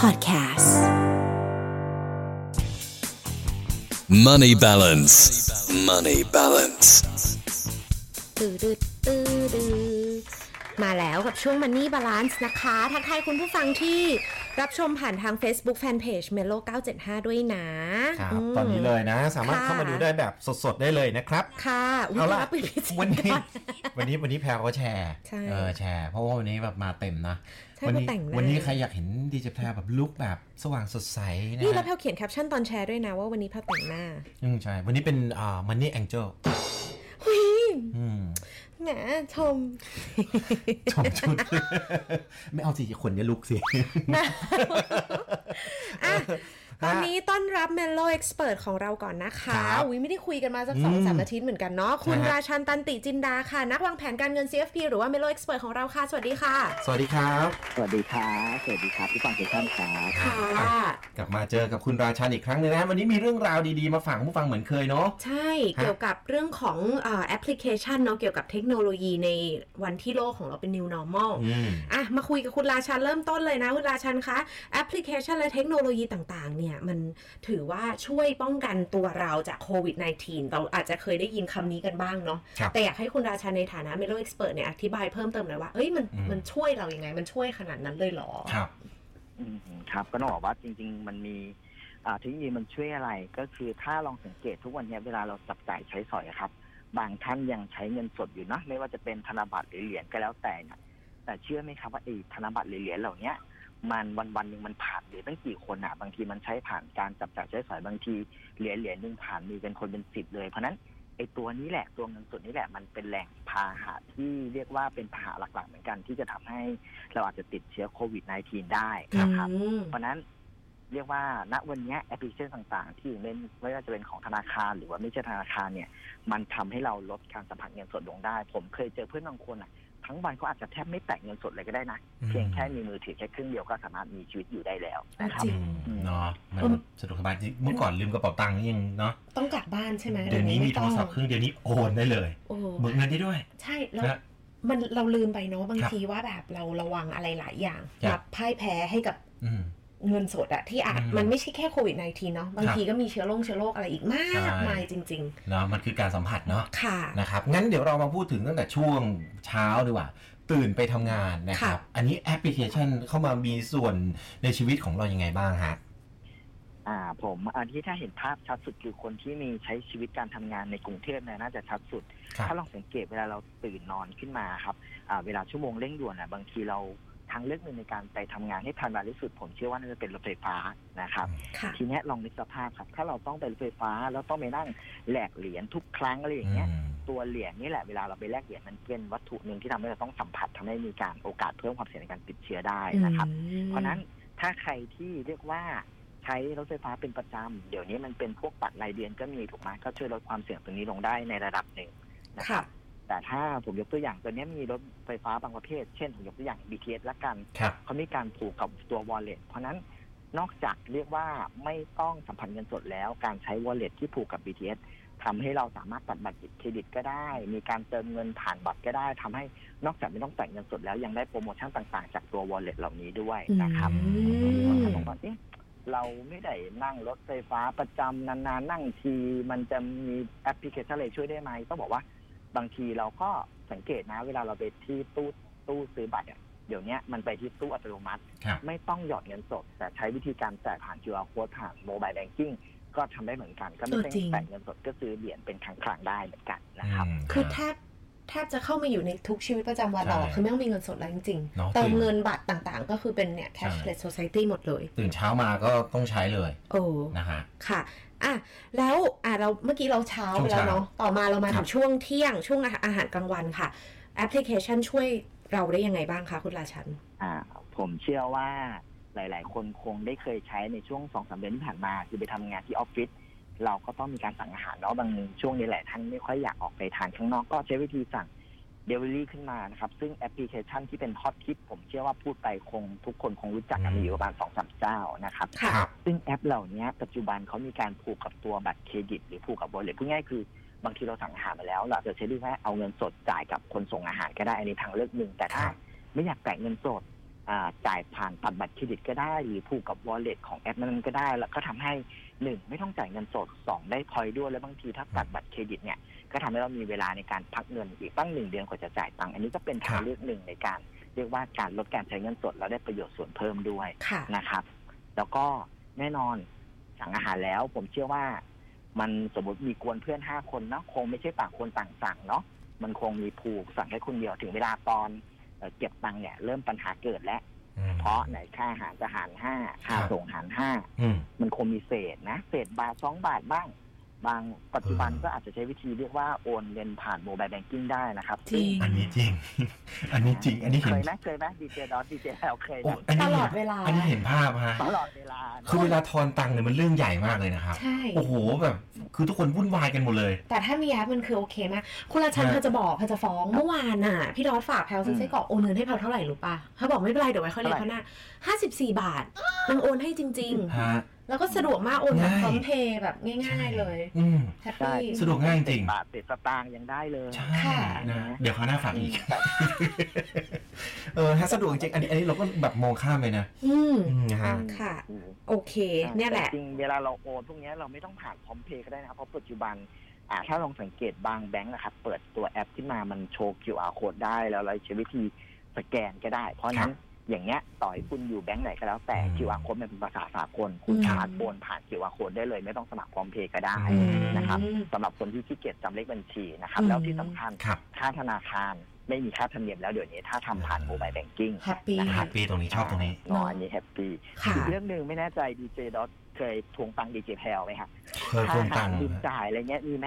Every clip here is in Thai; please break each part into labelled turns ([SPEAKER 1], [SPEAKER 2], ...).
[SPEAKER 1] Podcasts.
[SPEAKER 2] Money balance. Money balance.
[SPEAKER 1] ตื้อดืดตื้อดือมาแล้วกับช่วง Money Balance นะคะ ทักทายคุณผู้ฟังที่รับชมผ่านทาง Facebook Fanpage Melo 975 ด้วยนะครับ ม
[SPEAKER 3] ตอนนี้เลยนะ สามารถ
[SPEAKER 1] ค่ะ
[SPEAKER 3] เข้ามาดูได้แบบสดๆ ได้เลยนะครับ
[SPEAKER 1] ค่ะย
[SPEAKER 3] เอาล่ะ
[SPEAKER 1] รับไปพิเศษ
[SPEAKER 3] วันนี้ วันนี้วันนี้แพรก็แชร์
[SPEAKER 1] ใช่
[SPEAKER 3] เออแชร์ เพราะว่าวันนี้แบบมาเต็มนะ
[SPEAKER 1] ใช่
[SPEAKER 3] วันี้
[SPEAKER 1] ก็แต่งหน้า
[SPEAKER 3] วันนี้ใครอยากเห็นดีเจแพรแบบลุกแบบสว่างสดใสนะ
[SPEAKER 1] นี่แล้ว
[SPEAKER 3] ฮะ
[SPEAKER 1] แพลเขียนแคปชั่นตอนแชร์ด้วยนะว่าวันนี้แพลแต่ง หน้า
[SPEAKER 3] อืมใช่ วันนี้เป็นอ่ามันนี่แองเจิล
[SPEAKER 1] หุย
[SPEAKER 3] อืม
[SPEAKER 1] แหมชม
[SPEAKER 3] ชมชุด ไม่เอาสิขนจะลุกสิ
[SPEAKER 1] อ่ะ ตอนนี้ต้อนรับ Mellow Expert ของเราก่อนนะคะ
[SPEAKER 3] ครับ
[SPEAKER 1] อุ้ยไม่ได้คุยกันมาสักสองสามอาทิตย์เหมือนกันเนาะ คุณ
[SPEAKER 3] นะฮะ
[SPEAKER 1] ราชันตันติจินดาค่ะ นักวางแผนการเงิน CFP หรือว่า Mellow Expert ของเราค่ะ สวัสดีค่ะ
[SPEAKER 3] สวัสดีครับ
[SPEAKER 4] สวัสดีครับสวัสดีครับพี่ฟังทุกท่านครับ
[SPEAKER 1] ค่ะ
[SPEAKER 3] กลับมาเจอกับคุณราชันอีกครั้งหนึงนะวันนี้มีเรื่องราวดีๆมาฝากผู้ฟังเหมือนเคยเนาะ
[SPEAKER 1] ใช่
[SPEAKER 3] ฮะ
[SPEAKER 1] เกี่ยวกับเรื่องของอาแอปพลิเคชันเนาะเกี่ยวกับเทคโนโลยีในวันที่โลกของเราเป็น new normal
[SPEAKER 3] อืม
[SPEAKER 1] อ่ะ มาคุยกับคุณราชันเริ่มต้นเลยนะ คุณราชันคะ แอปพลิเคชันและเทคโนโลยีต่างๆ เนี่ย มันถือว่าช่วยป้องกันตัวเราจากโควิด -19 เราอาจจะเคยได้ยินคำนี้กันบ้างเนาะ
[SPEAKER 3] ครับ
[SPEAKER 1] แต่อยากให้คุณราชันในฐานะเมโลเอ็กซ์เพรสเนี่ยอธิบายเพิ่มเติมหน่อยว่าเอ้ยมัน
[SPEAKER 3] อืม
[SPEAKER 1] มันช่วยเรายัางไง มันช่วยขนาดนั้นเลยเหรอ
[SPEAKER 3] ครับ
[SPEAKER 4] อืมครับก็ต้องบอกว่าจริง ๆ มันมีอ่าเทคโนโลยีมันช่วยอะไร ก็คือถ้าลองสังเกตทุกวันเนี้ยเวลาเราจับจ่ายใช้สอยอะครับ บางท่านยังใช้เงินสดอยู่นะไม่ว่าจะเป็นธนบัตรหรือเหรียญก็แล้วแต่เนี่ยแต่เชื่อไหมครับว่าไอ้ธนบัตรหรือเหรียญเหล่าเนี้ย มันวันวันๆหนึ่งมันผ่านหรือตั้งกี่คนอะบางทีมันใช้ผ่านการจับจ่ายใช้สอยบางทีเหรียญเหรียญหนึ่งผ่านมีเป็นคนเป็นสิบเลยเพราะฉะนั้นไอ้ตัวนี้แหละตัวเงินสดนี่แหละมันเป็นแหล่งพาหะที่เรียกว่าเป็นพาหะหลักๆเหมือนกันที่จะทำให้เราอาจจะติดเชื้อโควิด -19 ได้นะครับ
[SPEAKER 1] อืม
[SPEAKER 4] เพราะฉะนั้นเรียกว่าณวันเนี้แอปพลิเคชันต่างๆ ที่อยู่ในไม่ว่าจะเป็นของธนาคาร หรือว่าไม่ใช่ธนาคารเนี่ย มันทำให้เราลดการสัมผัสเงินสดลงได้ ผมเคยเจอเพื่อนบางคนอ่ะ ทั้งวันเขาอาจจะแทบไม่แตะเงินสดเลยก็ได้นะ
[SPEAKER 3] อืม
[SPEAKER 4] เพียงแค่มีมือถือแค่เครื่องเดียวก็สามารถมีชีวิตอยู่ได้แล้วนะครับ
[SPEAKER 1] จริง
[SPEAKER 3] อืมเนาะมัน
[SPEAKER 1] เออ
[SPEAKER 3] สะดวกสบายจริงเมื่อก่อนลืมกระเป๋าตังค์นี่ยังเนาะ
[SPEAKER 1] ต้องกลับบ้านใช่ไหม
[SPEAKER 3] เดี๋ยวนี้มีโทรศัพท์เครื่องเดียวนี้โอนได้เลย
[SPEAKER 1] โอ้
[SPEAKER 3] เบิกเงินได้ด้วย
[SPEAKER 1] ใช่แล้ว
[SPEAKER 3] นะ
[SPEAKER 1] มันเราลืมไปเนาะบาง
[SPEAKER 3] ครับ
[SPEAKER 1] ทีว่าแบบเราระวังอะไรหลายอย่าง
[SPEAKER 3] ครับ
[SPEAKER 1] แบบพ่ายแพ้ให้กับ
[SPEAKER 3] อืม
[SPEAKER 1] เงินสดอะที่อาจ
[SPEAKER 3] อืม
[SPEAKER 1] มันไม่ใช่แค่โควิด -19 เนาะบาง
[SPEAKER 3] ครับ
[SPEAKER 1] ทีก็มีเชื้อโรคเชื้อโรคอะไรอีกมาก
[SPEAKER 3] ใช่
[SPEAKER 1] มายจริง
[SPEAKER 3] เนาะมันคือการสัมผัสเนาะ
[SPEAKER 1] ๆ ค่ะ
[SPEAKER 3] นะครับงั้นเดี๋ยวเรามาพูดถึงตั้งแต่ช่วงเช้าดีกว่า ตื่นไปทำงานนะครับ อันนี้แอปพลิเคชันเข้ามามีส่วนในชีวิตของเรายังไงบ้างฮะ
[SPEAKER 4] อ่าผมอันที่ถ้าเห็นภาพชัดสุดคือคนที่มีใช้ชีวิตการทำงานในกรุงเทพเนี่ยน่าจะชัดสุด
[SPEAKER 3] ครับ
[SPEAKER 4] ถ้าลองสังเกตเวลาเราตื่นนอนขึ้นมาครับอ่าเวลาชั่วโมงเร่งด่วนอ่ะบางทีเราทางเลือกหนึ่งในการไปทำงานให้ทันเวลาที่สุด ผมเชื่อว่าน่าจะเป็นรถไฟฟ้านะครับ
[SPEAKER 1] ค่ะ
[SPEAKER 4] ทีเนี้ยลองนึกสภาพครับ ถ้าเราต้องไปรถไฟฟ้าแล้วต้องไปนั่งแลกเหรียญทุกครั้งอะไรอย่างเงี้ย
[SPEAKER 3] อืม
[SPEAKER 4] ตัวเหรียญนี่แหละเวลาเราไปแลกเหรียญมันเป็นวัตถุหนึ่งที่ทำให้เราต้องสัมผัสทำให้มีการโอกาสเพิ่มความเสี่ยงในการติดเชื้อได้นะครับ เพราะฉะนั้นถ้าใครที่เรียกว่าใช้รถไฟฟ้าเป็นประจำเดี๋ยวนี้มันเป็นพวกบัตรรายเดือนก็มีถูกไหมก็ช่วยลดความเสี่ยงตรงนี้ลงได้ในระดับหนึ่งนะค
[SPEAKER 1] ค่ะ
[SPEAKER 4] รับแต่ถ้าผมยกตัวอย่างตัวนี้มีรถไฟฟ้าบางประเภท เช่นผมยกตัวอย่าง BTS ละกัน
[SPEAKER 3] ครับ
[SPEAKER 4] เขามีการผูกกับตัว wallet เพราะฉะนั้นนอกจากเรียกว่าไม่ต้องสัมผัสเงินสดแล้วการใช้ wallet ที่ผูกกับ BTS ทำให้เราสามารถตัดบัตรเครดิตก็ได้ มีการเติมเงินผ่านบัตรก็ได้ทำให้นอกจากไม่ต้องแต่งเงินสดแล้วยังได้โปรโมชั่นต่างๆ จากตัว wallet เหล่านี้ด้วยนะครับ
[SPEAKER 1] อื
[SPEAKER 4] บาง
[SPEAKER 1] ม
[SPEAKER 4] คนบอกว่าเอ๊ะเราไม่ได้นั่งรถไฟฟ้าประจำนานๆ นั่งที มันจะมีแอปพลิเคชันอะไรช่วยได้ไหมต้องบอกว่าบางทีเราก็สังเกตนะ เวลาเราไปที่ตู้ตู้ซื้อบัตรอะเดี๋ยวเนี้ยมันไปที่ตู้อัตโนมัติ
[SPEAKER 3] ครับ
[SPEAKER 4] ไม่ต้องหยอดเงินสด แต่ใช้วิธีการจ่ายผ่าน QR code ผ่านโมบายแบงกิ้งก็ทำได้เหมือนกัน ก็ไม่
[SPEAKER 1] เออจริง
[SPEAKER 4] ใช่แต่ายเงินสดก็ซื้อเหรียญเป็นครั้งๆได้เหมือนกันนะครับ
[SPEAKER 3] อืม
[SPEAKER 1] คือแทบแทบจะเข้ามาอยู่ในทุกชีวิตประจำวันเราอะ
[SPEAKER 3] ใช่
[SPEAKER 1] คือไม่ต้องมีเงินสดแล้วจริง
[SPEAKER 3] เนาะ
[SPEAKER 1] ๆ เติมเงินบัตรต่างๆ ก็คือเป็นเนี่ย
[SPEAKER 3] ใช่
[SPEAKER 1] cashless society หมดเลย
[SPEAKER 3] ตื่นเช้ามาก็ต้องใช้เลย
[SPEAKER 1] โอ้
[SPEAKER 3] นะฮะ
[SPEAKER 1] ค่ะอ่ะ แล้วอ่ะเราเมื่อกี้เราเช้า
[SPEAKER 3] ช่
[SPEAKER 1] ไป
[SPEAKER 3] วง
[SPEAKER 1] แล้ว
[SPEAKER 3] เช้า
[SPEAKER 1] เนาะต่อมาเรามา
[SPEAKER 3] ครั
[SPEAKER 1] ถึ
[SPEAKER 3] บ
[SPEAKER 1] งช่วงเที่ยงช่วงอาหารกลางวันค่ะ แอปพลิเคชันช่วยเราได้ยังไงบ้างคะคุณราชัน
[SPEAKER 4] อ่าผมเชื่อว่าหลาย ๆ คนคงได้เคยใช้ในช่วงสองสามเดือนที่ผ่านมา คือไปทำงานที่ออฟฟิศเราก็ต้องมีการสั่งอาหารเนาะบางช่วงนี้หลายท่านไม่ค่อยอยากออกไปทานข้างนอกก็ใช้วิธีสั่งเดลิเวอรี่ขึ้นมานะครับ ซึ่งแอปพลิเคชันที่เป็นฮอตฮิตผมเชื่อว่าพูดไปคงทุกคนคงรู้จักกัน
[SPEAKER 3] อืม
[SPEAKER 4] มีอยู่ประมาณสองสามเจ้านะครับ
[SPEAKER 1] ค่ะ
[SPEAKER 3] ครับ
[SPEAKER 4] ซึ่งแอปเหล่านี้ปัจจุบันเขามีการผูกกับตัวบัตรเครดิต หรือผูกกับ wallet พูดง่ายๆคือบางทีเราสั่งอาหารมาแล้ว เราอาจจะใช้ด้วยว่าเอาเงินสดจ่ายกับคนส่งอาหารก็ได้อันนี้ทางเลือกหนึ่งแต่ถ้า
[SPEAKER 3] ครับ
[SPEAKER 4] ไม่อยากจ่ายเงินสด อ่าจ่ายผ่านผ่านบัตรเครดิตก็ได้ หรือผูกกับ wallet ของแอปนั้นๆก็ได้ แล้วก็ทำให้หนึ่งไม่ต้องจ่ายเงินสดสองได้พอยต์ด้วยแล้วบางทีถ้าตัดบัตรเครดิตเนี่ย ก็ทำให้เรามีเวลาในการพักเงินอีกตั้งหนึ่งเดือนกว่าจะจ่ายตังค์อันนี้ก็เป็นทางเลือกหนึ่งในการ เรียกว่าการลดการใช้เงินสดแล้วได้ประโยชน์ส่วนเพิ่มด้วย
[SPEAKER 1] ค่ะ
[SPEAKER 4] นะครับ แล้วก็แน่นอนสั่งอาหารแล้ว ผมเชื่อว่า มันสมมติมีกวนเพื่อนห้าคนเนาะคงไม่ใช่ต่างคนต่างสั่งเนาะมันคงมีผูกสั่งแค่คนเดียวถึงเวลาตอนเอ่อเก็บตังค์เนี่ยเริ่มปัญหาเกิดแล้ว
[SPEAKER 3] อืม
[SPEAKER 4] เพราะไหนค่าอาหารจะหารห้าค่า
[SPEAKER 3] ครับ
[SPEAKER 4] ส่งหารห้า
[SPEAKER 3] อืม
[SPEAKER 4] มันคงมีเศษนะ เศษบาทสองบาทบ้าง บางปัจจุบัน
[SPEAKER 3] เออ
[SPEAKER 4] ก็อาจจะใช้วิธีเรียกว่าโอนเงินผ่านโมบายแบงกิ้งได้นะครับ
[SPEAKER 1] จริง
[SPEAKER 3] อันนี้จริง อันนี้จริง อันนี้
[SPEAKER 4] เค
[SPEAKER 3] เห็น
[SPEAKER 4] ยไหมเคยไหมดีเจดอสดีเจแอลเคย
[SPEAKER 3] โอ้
[SPEAKER 4] นะ
[SPEAKER 3] อัน
[SPEAKER 1] ต
[SPEAKER 3] นี้
[SPEAKER 1] ล
[SPEAKER 3] เห็
[SPEAKER 1] อน ดเวลา
[SPEAKER 3] อันนี้เห็นภาพฮะ
[SPEAKER 4] ตลอดเวลานะ
[SPEAKER 3] คือเวลาทอนตังค์เนี่ยมันเรื่องใหญ่มากเลยนะครับ
[SPEAKER 1] ใช่
[SPEAKER 3] โอ้โหแบบ คือทุกคนวุ่นวายกันหมดเลย
[SPEAKER 1] แต่ถ้ามีแอปมันคือโอเคมากคุณละชัน
[SPEAKER 3] ฮะ
[SPEAKER 1] เขาจะบอกเขาจะฟ้องเมื่อวานน่ะ พี่ดอสฝากแพลวซื้อไส้กรอกโอนเงินให้แพลวเท่าไหร่รู้ป่ะเขาบอกไม่เป็นไรเดี๋ยวไว้ค่อยเรียกเขา
[SPEAKER 4] เท่า
[SPEAKER 1] ห
[SPEAKER 4] ไหร่
[SPEAKER 1] น้าห้าสิบสี่บาทนางโอนให้จริง
[SPEAKER 3] ฮะ
[SPEAKER 1] ๆ แล้วก็สะดวกมากโอนแบ
[SPEAKER 3] ง่า
[SPEAKER 1] บ
[SPEAKER 3] ย
[SPEAKER 1] พร้อมเพย์แบบง่าย ๆเลย
[SPEAKER 3] อืม
[SPEAKER 1] แฮป
[SPEAKER 4] ใช่
[SPEAKER 1] ปี้
[SPEAKER 3] สะดวกง่ายจริง
[SPEAKER 4] เศษบาทเศษสตางค์ยังได้เลย
[SPEAKER 3] ใช่
[SPEAKER 1] ค่ะ
[SPEAKER 3] นะ เดี๋ยวเขาวหน้าฝากอีก
[SPEAKER 4] อืม
[SPEAKER 3] เออฮะสะดวกจริง อันนี้อันนี้เราก็แบบมองข้ามไปนะ
[SPEAKER 1] อืม
[SPEAKER 3] อืมฮะ
[SPEAKER 1] ค่ะ
[SPEAKER 4] อืม
[SPEAKER 1] โอเค เนี่ยแหละ
[SPEAKER 4] แต่จริงเวลาเราโอนพวกเนี้ยเราไม่ต้องผ่านพร้อมเพย์ก็ได้นะครับเพราะปัจจุบันอ่าถ้าลองสังเกตบางแบงก์นะครับ เปิดตัวแอปขึ้นมามันโชว์ QR code ได้แล้วเราใช้วิธีสแกนก็ได้ เพราะฉะนั้นอย่างเงี้ยต่อยคุณอยู่แบงก์ไหนก็แล้วแต่
[SPEAKER 3] อืม
[SPEAKER 4] QR code มันเป็นภาษาสากลคุณ
[SPEAKER 1] อืม
[SPEAKER 4] สามารถโอนผ่าน QR code ได้เลย ไม่ต้องสมัครพร้อมเพย์ก็ได้
[SPEAKER 3] อืม
[SPEAKER 4] นะครับ
[SPEAKER 1] อืม
[SPEAKER 4] สำหรับคนที่ขี้เกียจจำเลขบัญชีนะครับ
[SPEAKER 1] อืม
[SPEAKER 4] แล้วที่สำคัญ
[SPEAKER 3] ครับ
[SPEAKER 4] ค่าธนาคารไม่มีค่าธรรมเนียมแล้วเดี๋ยวนี้ถ้าทำผ่านโมบายแบงกิ้ง
[SPEAKER 1] แฮปปี้
[SPEAKER 4] นะ
[SPEAKER 3] แฮ
[SPEAKER 4] ครั
[SPEAKER 3] ปปี้ตรงนี้ชอบตรงนี้
[SPEAKER 4] เนอะอันนี้แฮปปี้
[SPEAKER 1] ค่ะ
[SPEAKER 4] อีกเรื่องหนึ่งไม่แน่ใจดีเจดอทเคยทวงตังค์ดีเจแพลวไหมฮะ
[SPEAKER 3] เคยโกงตังค์
[SPEAKER 4] บินจ่ายอะไรเงี้ยมีไหม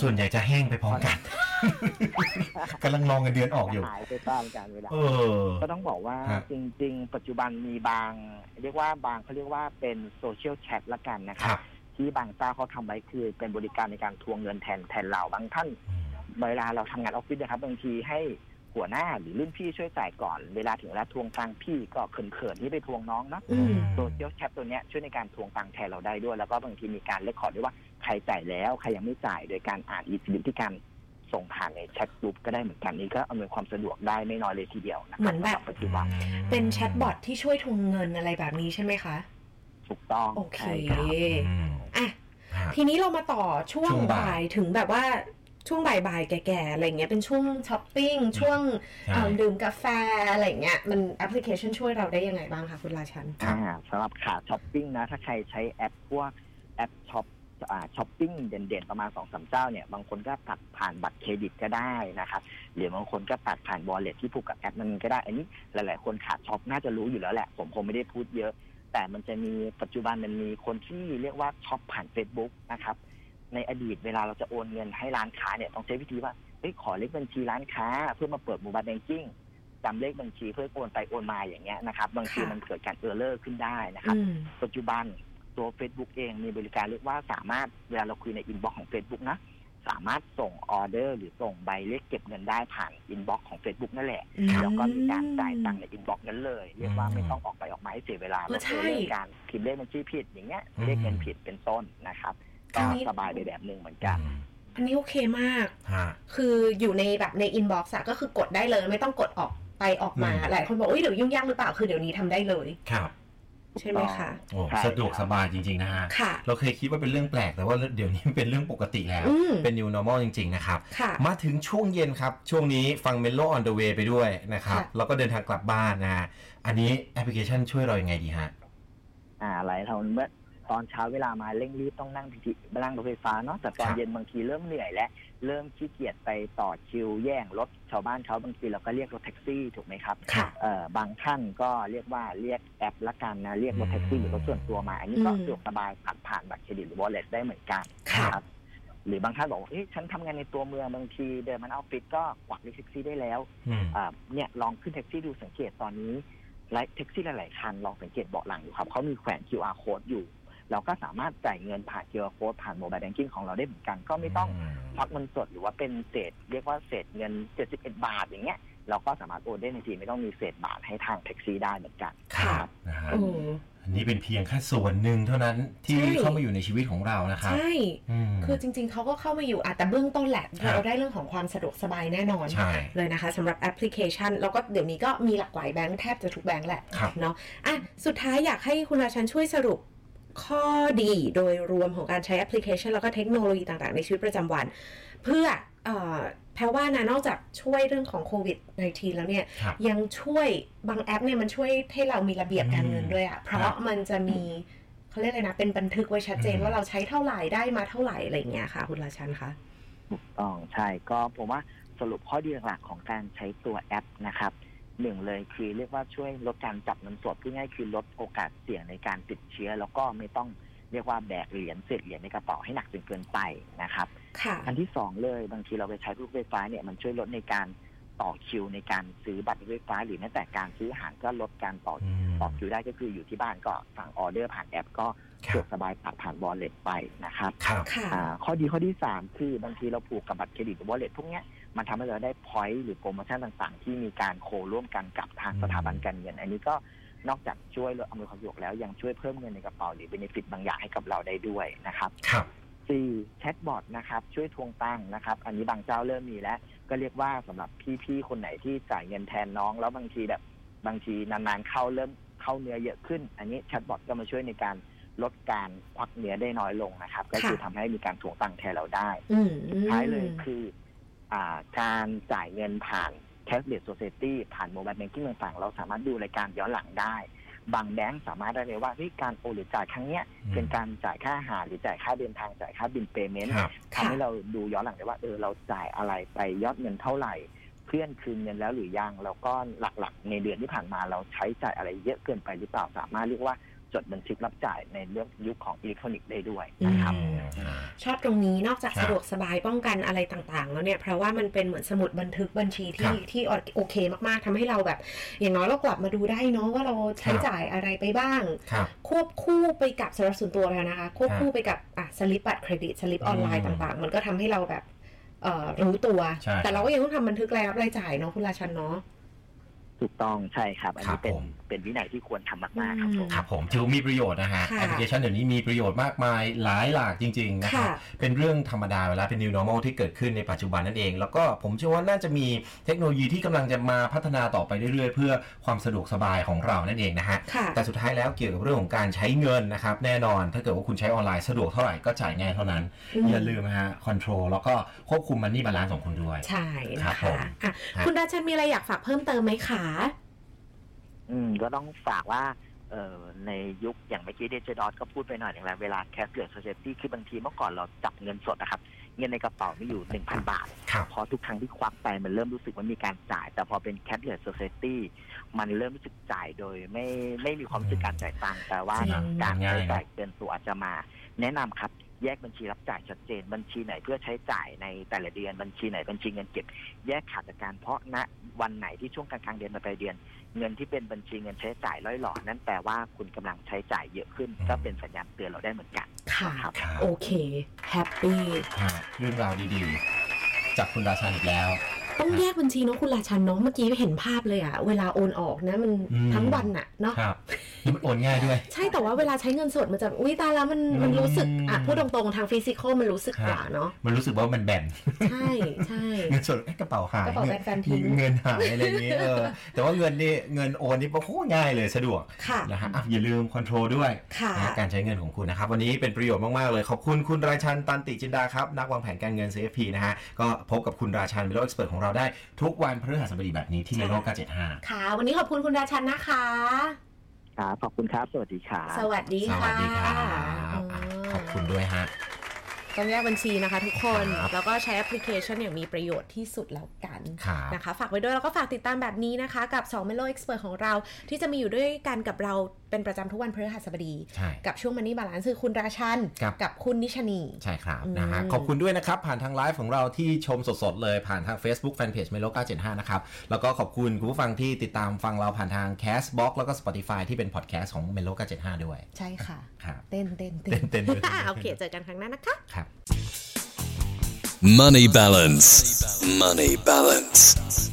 [SPEAKER 3] ส่วนใหญ่จะแห้งไปพร้อมกัน กำลังรองเงินเดือนออกอยู่
[SPEAKER 4] หายไปตามการเวลา
[SPEAKER 3] เออ
[SPEAKER 4] ก็ต้องบอกว่า
[SPEAKER 3] ฮะ
[SPEAKER 4] จริง ๆ ปัจจุบันมีบาง เรียกว่าบางเขาเรียกว่าเป็นโซเชียลแชทละกันนะค
[SPEAKER 3] ครั
[SPEAKER 4] รับ
[SPEAKER 3] บ
[SPEAKER 4] ที่บางเจ้าเขาทำไว้คือเป็นบริการในการทวงเงินแทนแทนเราบางท่าน เวลาเราทำงานออฟฟิศนะครับบางทีให้หัวหน้าหรือรุ่นพี่ช่วยจ่ายก่อน เวลาถึงเวลาทวงตังค์พี่ก็เขินๆที่ไปทวงน้องเนอะ
[SPEAKER 1] อืม
[SPEAKER 4] โซเชียลแชทตัวเนี้ยช่วยในการทวงตังค์แทนเราได้ด้วย แล้วก็บางทีมีการเลคคอร์ดด้วยว่าใครจ่ายแล้ว ใครยังไม่จ่ายโดยการอ่านอีสบิทที่การส่งผ่านในแชทกลุ่มก็ได้เหมือนกันนี่ก็อำนวยความสะดวกได้ไม่น้อยเลยทีเดียวนะค
[SPEAKER 1] เหมื
[SPEAKER 4] รั
[SPEAKER 1] อบ นแบบ
[SPEAKER 4] สำหรับปัจจุบัน
[SPEAKER 1] เป็นแชทบอทที่ช่วยทวงเงินอะไรแบบนี้ใช่ไหมคะ
[SPEAKER 4] ถูกต้อง
[SPEAKER 1] โอเค
[SPEAKER 4] ใช่ครับ
[SPEAKER 3] อืม
[SPEAKER 1] อ่ะ
[SPEAKER 3] ฮะ
[SPEAKER 1] ทีนี้เรามาต่อช่วง
[SPEAKER 3] ช่วงบ่าย
[SPEAKER 1] บ่ายถึงแบบว่าช่วงบ่ายๆแก่ๆอะไรเงี้ยเป็นช่วงช้อปปิ้ง ช่วง
[SPEAKER 3] ใช่
[SPEAKER 1] เอ่อดื่มกาแฟอะไรเงี้ยมันแอปพลิเคชันช่วยเราได้ยังไงบ้างคะคุณราชัน
[SPEAKER 3] ครับ
[SPEAKER 4] อ่าสำหรับขาช้อปปิ้งนะ ถ้าใครใช้แอปพวกแอปช็อปอ่าช้อปปิ้งเด่นๆ ประมาณสองสามเจ้าเนี่ยบางคนก็ตัดผ่านบัตรเครดิตก็ได้นะครับหรือบางคนก็ตัดผ่านวอลเล็ตที่ผูกกับแอปนั้นก็ได้ อันนี้หลายๆ คนขาช็อปน่าจะรู้อยู่แล้วแหละ ผมคงไม่ได้พูดเยอะ แต่มันจะมีปัจจุบันมันมีคนที่เรียกว่าช็อปผ่าน Facebook นะครับ ในอดีตเวลาเราจะโอนเงินให้ร้านค้าเนี่ยต้องใช้วิธีว่าเฮ้ยขอเลขบัญชีร้านค้า เพื่อมาเปิดมูบายแบงกิ้งจำเลขบัญชีเพื่อโอนไปโอนมาอย่างเงี้ยนะครับบางที
[SPEAKER 1] ค่ะ
[SPEAKER 4] มันเกิดการเออร์เลอร์ขึ้นได้นะครับ
[SPEAKER 1] อืม
[SPEAKER 4] ปัจจุบันตัว Facebook เองมีบริการเรียกว่าสามารถเวลาเราคุยในอินบ็อกของ Facebook นะ สามารถส่งออเดอร์หรือส่งใบเลขเก็บเงินได้ผ่านอินบ็อกของ Facebook นั่นแหละ
[SPEAKER 1] อืม
[SPEAKER 4] แล้วก็มีการจ่ายตังค์ในอินบ็อกนั้นเลย เรียกว่าไม่ต้องออกไปออกมาให้เสียเวลา
[SPEAKER 1] เออใช่
[SPEAKER 4] เรื่องการพิมพ์เลขบัญชีผิดอย่างเงี้ยเลขเงินผิดเป็นต้นนะครับก็สบายไปแบบหนึ่งเหมือนกัน
[SPEAKER 1] อันนี้โอเคมาก
[SPEAKER 3] ฮะ
[SPEAKER 1] คืออยู่ในแบบในอินบ็อกซ์ก็คือกดได้เลย ไม่ต้องกดออกไปออกมา
[SPEAKER 3] อืม
[SPEAKER 1] หลายคนบอกอุ้ยเดี๋ยวยุ่งยากหรือเปล่าคือเดี๋ยวนี้ทำได้เลย
[SPEAKER 3] ครับ
[SPEAKER 1] ใช่ไหมคะ
[SPEAKER 3] โอ้
[SPEAKER 4] ใช่
[SPEAKER 3] สะดวกสบายจริง ๆ นะฮะ
[SPEAKER 1] ค่ะ
[SPEAKER 3] เราเคยคิดว่าเป็นเรื่องแปลกแต่ว่าเดี๋ยวนี้มัน เป็นเรื่องปกติแล้ว
[SPEAKER 1] อืม
[SPEAKER 3] เป็น new normal จริง ๆ นะครับ
[SPEAKER 1] ค่ะ
[SPEAKER 3] มาถึงช่วงเย็นครับ ช่วงนี้ฟังเมโล on the way ไปด้วยนะครับ
[SPEAKER 1] ค่ะ
[SPEAKER 3] แล้วก็เดินทางกลับบ้านนะฮะอันนี้แอปพลิเคชันช่วยเรายังไงดีฮะ
[SPEAKER 4] อ่าหลายเราเมื่อตอนเช้าเวลามาเร่งรีบต้องนั่งพิธีนั่งรถไฟฟ้าเนาะแต่ตอน
[SPEAKER 3] ครับ
[SPEAKER 4] เย็นบางทีเริ่มเหนื่อยและเริ่มขี้เกียจไปต่อคิวแย่งรถชาวบ้านเขาบางทีเราก็เรียกรถแท็กซี่ถูกไหมครับ
[SPEAKER 1] ค่ะ
[SPEAKER 4] เอ่อบางท่านก็เรียกว่าเรียกแอปละกันนะเรียกรถแท็กซี่
[SPEAKER 3] อืม
[SPEAKER 4] หรือรถส่วนตัวมา อันนี้ก็
[SPEAKER 1] อืม
[SPEAKER 4] สะดวกสบายผ่านผ่านบัตรเครดิตหรือวอลเล็ตได้เหมือนกัน
[SPEAKER 1] ค่ะ
[SPEAKER 4] นะครับ หรือบางท่านบอกว่าเฮ้ยฉันทำงานในตัวเมืองบางทีเดินมาหน้าออฟฟิศก็กวักเรียกแท็กซี่ได้แล้ว
[SPEAKER 3] อืม
[SPEAKER 4] อ่าเนี่ยลองขึ้นแท็กซี่ดูสังเกตตอนนี้ไลฟ์แท็กซี่หลายๆคันลองสังเกตเบาะหลังอยู่ครับเขามีแขวน QR code อยู่ เราก็สามารถจ่ายเงินผ่าน QR code ผ่านโมบายแบงกิ้งของเราได้เหมือนกัน ก็ไม่ต้องควักเงินสดหรือว่าเป็นเศษ เรียกว่าเศษเงิน 71 บาทอย่างเงี้ย เราก็สามารถโอนได้ในทีไม่ต้องมีเศษบาทให้ทางแท็กซี่ได้เหมือนกัน
[SPEAKER 1] ค่ะ
[SPEAKER 3] นะฮะ
[SPEAKER 1] โอ้
[SPEAKER 3] อันนี้เป็นเพียงแค่ส่วนหนึ่งเท่านั้นที่
[SPEAKER 1] ใช่
[SPEAKER 3] เข้ามาอยู่ในชีวิตของเรานะครับ
[SPEAKER 1] ใช่
[SPEAKER 3] อืม
[SPEAKER 1] คือจริง ๆ เขาก็เข้ามาอยู่อ่ะแต่เบื้องต้นแหละ
[SPEAKER 3] ครับ
[SPEAKER 1] เราได้เรื่องของความสะดวกสบายแน่นอน
[SPEAKER 3] ใช่
[SPEAKER 1] เลยนะคะสำหรับแอปพลิเคชัน แล้วก็เดี๋ยวนี้ก็มีหลากหลายแบงค์แทบจะทุกแบงค์แหละ
[SPEAKER 3] ครับ
[SPEAKER 1] เนาะอ่ะสุดท้ายอยากให้คุณราชันช่วยสรุปข้อดีโดยรวมของการใช้แอปพลิเคชัน แล้วก็เทคโนโลยีต่างๆ ในชีวิตประจำวัน เพื่อเอ่อแพรว่านะนอกจากช่วยเรื่องของโควิด -19 แล้วเนี่ย
[SPEAKER 3] ครับ
[SPEAKER 1] ยังช่วยบางแอปเนี่ยมันช่วยให้เรามีระเบียบการเงินด้วยอะ่ะ เพ
[SPEAKER 3] ครั
[SPEAKER 1] ราะ
[SPEAKER 3] บ
[SPEAKER 1] มันจะมีเขาเรียกอะไรนะ เป็นบันทึกไว้ชัดเจน
[SPEAKER 3] อืม
[SPEAKER 1] ว่าเราใช้เท่าไหร่ได้มาเท่าไหร่อะไรอย่างเงี้ยค่ะ คุณราชันคะ
[SPEAKER 4] ถูกต้องใช่ก็ผมว่าสรุปข้อดีหลักๆของการใช้ตัวแอปนะครับหนึ่งเลยคือเรียกว่าช่วยลดการจับเงินสดพูดง่ายๆคือลดโอกาสเสี่ยงในการติดเชื้อ แล้วก็ไม่ต้องเรียกว่าแบกเหรียญเศษเหรียญในกระเป๋าให้หนักจนเกินไปนะครับ
[SPEAKER 1] ค่ะ
[SPEAKER 4] อันที่สองเลยบางทีเราไปใช้รถไฟฟ้าเนี่ยมันช่วยลดในการต่อคิวในการซื้อบัตรรถไฟฟ้า หรือแม้แต่การซื้ออาหารก็ลดการต่อ
[SPEAKER 3] อืม
[SPEAKER 4] ต่อคิวได้ก็คืออยู่ที่บ้านก็สั่งออเดอร์ผ่านแอป ก็
[SPEAKER 3] ครับ
[SPEAKER 4] สะดวกสบายตัดผ่านวอลเล็ตไปนะครับ
[SPEAKER 3] ครับ
[SPEAKER 1] ค่ะ
[SPEAKER 4] อ่าข้อดีข้อที่สามคือบางทีเราผูกกับบัตรเครดิตหรือวอลเล็ตพวกเนี้ยมันทำให้เราได้พอยต์หรือโปรโมชั่นต่างๆ ที่มีการโคร่วมกันกับทาง
[SPEAKER 3] อืม
[SPEAKER 4] สถาบันการเงิน อันนี้ก็นอกจากช่วยลดอำนวยความสะดวกแล้วยังช่วยเพิ่มเงินในกระเป๋าหรือเบนฟิตบางอย่างให้กับเราได้ด้วยนะครับ
[SPEAKER 3] ครับ
[SPEAKER 4] สี่แชทบอทนะครับช่วยทวงตังค์นะครับ อันนี้บางเจ้าเริ่มมีแล้ว ก็เรียกว่าสำหรับพี่ๆคนไหนที่จ่ายเงินแทนน้อง แล้วบางทีแบบบางทีนานๆเข้าเริ่มเข้าเนื้อเยอะขึ้น อันนี้แชทบอทก็มาช่วยในการลดการควักเนื้อได้น้อยลงนะครับ ก็คือทำให้มีการถ่วงตังค์แทนเราได้
[SPEAKER 1] อืม
[SPEAKER 4] ท้ายเลยคืออ่าการจ่ายเงินผ่าน cashless society ผ่าน mobile banking ต่างๆ เราสามารถดูรายการย้อนหลังได้ บางแบงก์สามารถได้เลยว่าเฮ้ยการโอนหรือจ่ายครั้งเนี้ย
[SPEAKER 3] อืม
[SPEAKER 4] เป็นการจ่ายค่าอาหารหรือจ่ายค่าเดินทางจ่ายค่าบินเ a y m e n t
[SPEAKER 3] ครับ
[SPEAKER 1] ค่ะ
[SPEAKER 4] ทำให้เราดูย้อนหลังได้ว่าเออเราจ่ายอะไรไปยอดเงินเท่าไหร่ เพื่อนคืนเงินแล้วหรือยังแล้วก็หลักๆ ในเดือนที่ผ่านมาเราใช้จ่ายอะไรเยอะเกินไปหรือเปล่าสามารถเรียกว่าจดบันทึกรับจ่ายในเรื่องยุคของอิเล็กทรอนิกส์ได้ด้วยนะครับ
[SPEAKER 3] อืมอ่า
[SPEAKER 1] ชอบตรงนี้นอกจาก
[SPEAKER 3] ครับ
[SPEAKER 1] สะดวกสบายป้องกันอะไรต่างๆ แล้วเนี่ย เพราะว่ามันเป็นเหมือนสมุดบันทึกบัญชี
[SPEAKER 3] ค
[SPEAKER 1] ที่
[SPEAKER 3] รับ
[SPEAKER 1] ที่โอเคมากๆทำให้เราแบบ อย่างน้อยเรากลับมาดูได้เนาะว่าเรา
[SPEAKER 3] ค
[SPEAKER 1] ใช้
[SPEAKER 3] รับ
[SPEAKER 1] จ่ายอะไรไปบ้าง
[SPEAKER 3] ครับ
[SPEAKER 1] ควบคู่ไปกับสำหรับส่วนตัวแล้วนะคะ ควบคู่ไปกับอ่ะสลิปบัตรเครดิตสลิปออนไลน์
[SPEAKER 3] อืม
[SPEAKER 1] ต่างๆ มันก็ทำให้เราแบบเอ่อรู้ตัว
[SPEAKER 3] ใช่
[SPEAKER 1] แต่เราก็ยังต้องทำบันทึกรายรับรายจ่ายเนาะคุณราชันเนาะ
[SPEAKER 4] ถูกต้องใช่ครับ อัน
[SPEAKER 3] ครั
[SPEAKER 4] นี้
[SPEAKER 3] บ
[SPEAKER 4] เป็น
[SPEAKER 3] ผม
[SPEAKER 4] เป็นวินัยที่ควรทำมากๆครับผม
[SPEAKER 3] ครับผมถือว่ามีประโยชน์นะฮะ
[SPEAKER 1] ค่ะ
[SPEAKER 3] แอปพลิเคชันเดี๋ยวนี้มีประโยชน์มากมายหลายหลากจริงๆนะครั
[SPEAKER 1] ค่ะ
[SPEAKER 3] บ เป็นเรื่องธรรมดาเวลาเป็น new normal ที่เกิดขึ้นในปัจจุบันนั่นเอง แล้วก็ผมเชื่อว่าน่าจะมีเทคโนโลยีที่กำลังจะมาพัฒนาต่อไปเรื่อยๆ เพื่อความสะดวกสบายของเรานั่นเองนะฮะ
[SPEAKER 1] ค่ะ
[SPEAKER 3] แต่สุดท้ายแล้วเกี่ยวกับเรื่องของการใช้เงินนะครับแน่นอน ถ้าเกิดว่าคุณใช้ออนไลน์สะดวกเท่าไหร่ก็จ่ายง่ายเท่านั้น
[SPEAKER 1] อืม
[SPEAKER 3] อย่าลืมนะฮะคอนโทรลแล้วก็ควบคุมมันนี่บาลานซ์ของคุณด้วย
[SPEAKER 1] ใช่นะครับ
[SPEAKER 3] ผ
[SPEAKER 1] คะ
[SPEAKER 3] ม
[SPEAKER 1] อ่ะ
[SPEAKER 3] ครับ
[SPEAKER 1] คุณราชันมีอะไรอยากฝากเพิ่มเติมไหมคะ
[SPEAKER 4] อืมก็ต้องฝากว่าเอ่อในยุคอย่างเมื่อกี้เดจดอทก็พูดไปหน่อยหนึ่งแล้วเวลาแคสเลสโซเซตี้คือบางทีเมื่อก่อนเราจับเงินสดนะครับ เงินในกระเป๋าไม่อยู่ 1,000 บาท
[SPEAKER 3] ครับ
[SPEAKER 4] พอทุกครั้งที่ควักไปมันเริ่มรู้สึกว่ามีการจ่าย แต่พอเป็นแคสเลสโซเซตี้มันเริ่มรู้สึกจ่ายโดยไม่ไม่มีความรู้สึกการจ่ายตังค์แต่ว่า
[SPEAKER 1] จริง
[SPEAKER 4] การใช้
[SPEAKER 3] ง่ายนะ
[SPEAKER 4] จ่ายเกินตัวอาจจะมา แนะนำครับแยกบัญชีรับจ่ายชัดเจน บัญชีไหนเพื่อใช้จ่ายในแต่ละเดือนบัญชีไหนบัญชีเงินเก็บ แยกขาดจากกันเพราะณวันไหนที่ช่วงกลางๆเดือนมาปลายเดือน เงินที่เป็นบัญชีเงินใช้จ่ายล่อยหลอนั่นแปลว่าคุณกำลังใช้จ่ายเยอะขึ้น ก็เป็นสัญญาณเตือนเราได้เหมือนกัน
[SPEAKER 1] ค่ะ
[SPEAKER 4] นะครับ
[SPEAKER 3] ครับ
[SPEAKER 1] โอเคแฮปปี้
[SPEAKER 3] ฮะเรื่องราวดีๆ จากคุณราชาอีกแล้ว
[SPEAKER 1] ต้องแยกบัญชีเนาะคุณราชันเนาะเมื่อกี้เห็นภาพเลยอะเวลาโอนออกนะมัน
[SPEAKER 3] อืม
[SPEAKER 1] ทั้งวันอะเนาะ
[SPEAKER 3] ครับนี่มันโอนง่ายด้วย
[SPEAKER 1] ใช่แต่ว่าเวลาใช้เงินสดมันจะอุ้ยตายแล้วมัน
[SPEAKER 3] อืม
[SPEAKER 1] มันรู้สึกอะพูดตรงๆทางฟิสิกอลมันรู้สึก
[SPEAKER 3] ครับ
[SPEAKER 1] กว่าเนาะ
[SPEAKER 3] มันรู้สึกว่ามันแบ น
[SPEAKER 1] ใช่ใช่
[SPEAKER 3] เงินสดเอ๊ะกระเป๋าหาย
[SPEAKER 1] กระเป๋า
[SPEAKER 3] เงิน
[SPEAKER 1] แฟนๆทิ้ง
[SPEAKER 3] เงินหายอะไรอย่างเงี้ยเออแต่ว่าเงินนี่เงินโอนนี่โอ้โหง่ายเลยสะดวก
[SPEAKER 1] ค่ะ
[SPEAKER 3] นะฮะอ่ะอย่าลืมคอนโทรลด้วย
[SPEAKER 1] ค่ะ
[SPEAKER 3] นะฮะการใช้เงินของคุณนะครับ วันนี้เป็นประโยชน์มาก ๆ เลย ขอบคุณคุณราชันตันติจินดาครับ นักวางแผนการเงิน CFP นะฮะ ก็พบกับคุณราชันเป็นโลกเอ็กซ์เพรสของเราได้ทุกวันพฤหัสบดีแบบนี้ที่ในโลก975
[SPEAKER 1] ค่ะ วันนี้ขอบคุณคุณราชันนะคะ
[SPEAKER 4] ครับขอบคุณครับ สวัสดีครับ
[SPEAKER 1] สวัสดี
[SPEAKER 3] ส
[SPEAKER 1] ค่ะ
[SPEAKER 3] วัสดีครับอ่ะ
[SPEAKER 1] อืม
[SPEAKER 3] ขอบคุณด้วยฮะ
[SPEAKER 1] ต้องแยกบัญชีนะคะ ทุกคน
[SPEAKER 3] ครับ
[SPEAKER 1] แล้วก็ใช้แอปพลิเคชันอย่างมีประโยชน์ที่สุดแล้วกัน
[SPEAKER 3] ครับ
[SPEAKER 1] นะคะฝากไว้ด้วยแล้วก็ฝากติดตามแบบนี้นะคะ กับ2 Melo Expert ของเรา ที่จะมีอยู่ด้วยกันกับเราเป็นประจำทุกวันพฤหัสบดี
[SPEAKER 3] ใช่
[SPEAKER 1] กับช่วงมันนี่บาลานซ์คือคุณราชัน
[SPEAKER 3] ครับ
[SPEAKER 1] กับคุณนิชนี
[SPEAKER 3] ใช่ครับ
[SPEAKER 1] อืม
[SPEAKER 3] นะฮะขอบคุณด้วยนะครับ ผ่านทางไลฟ์ของเราที่ชมสดๆ เลยผ่านทาง Facebook Fanpage m e l o 975 นะครับ แล้วก็ขอบคุณคุณผู้ฟังที่ติดตามฟังเราผ่านทาง Castbox แล้วก็ Spotify ที่เป็นพอดแคสต์ของ m e l o 975 ด้วย
[SPEAKER 1] ใช่ค่ะ
[SPEAKER 3] ครับ
[SPEAKER 1] เต้นเต้นเต้
[SPEAKER 3] เต้
[SPEAKER 1] น
[SPEAKER 3] นเต้นด้วย
[SPEAKER 1] อ่ะโอเค เจอกันครั้งหน้านะคะ
[SPEAKER 3] ครับ
[SPEAKER 2] Money balance. Money balance.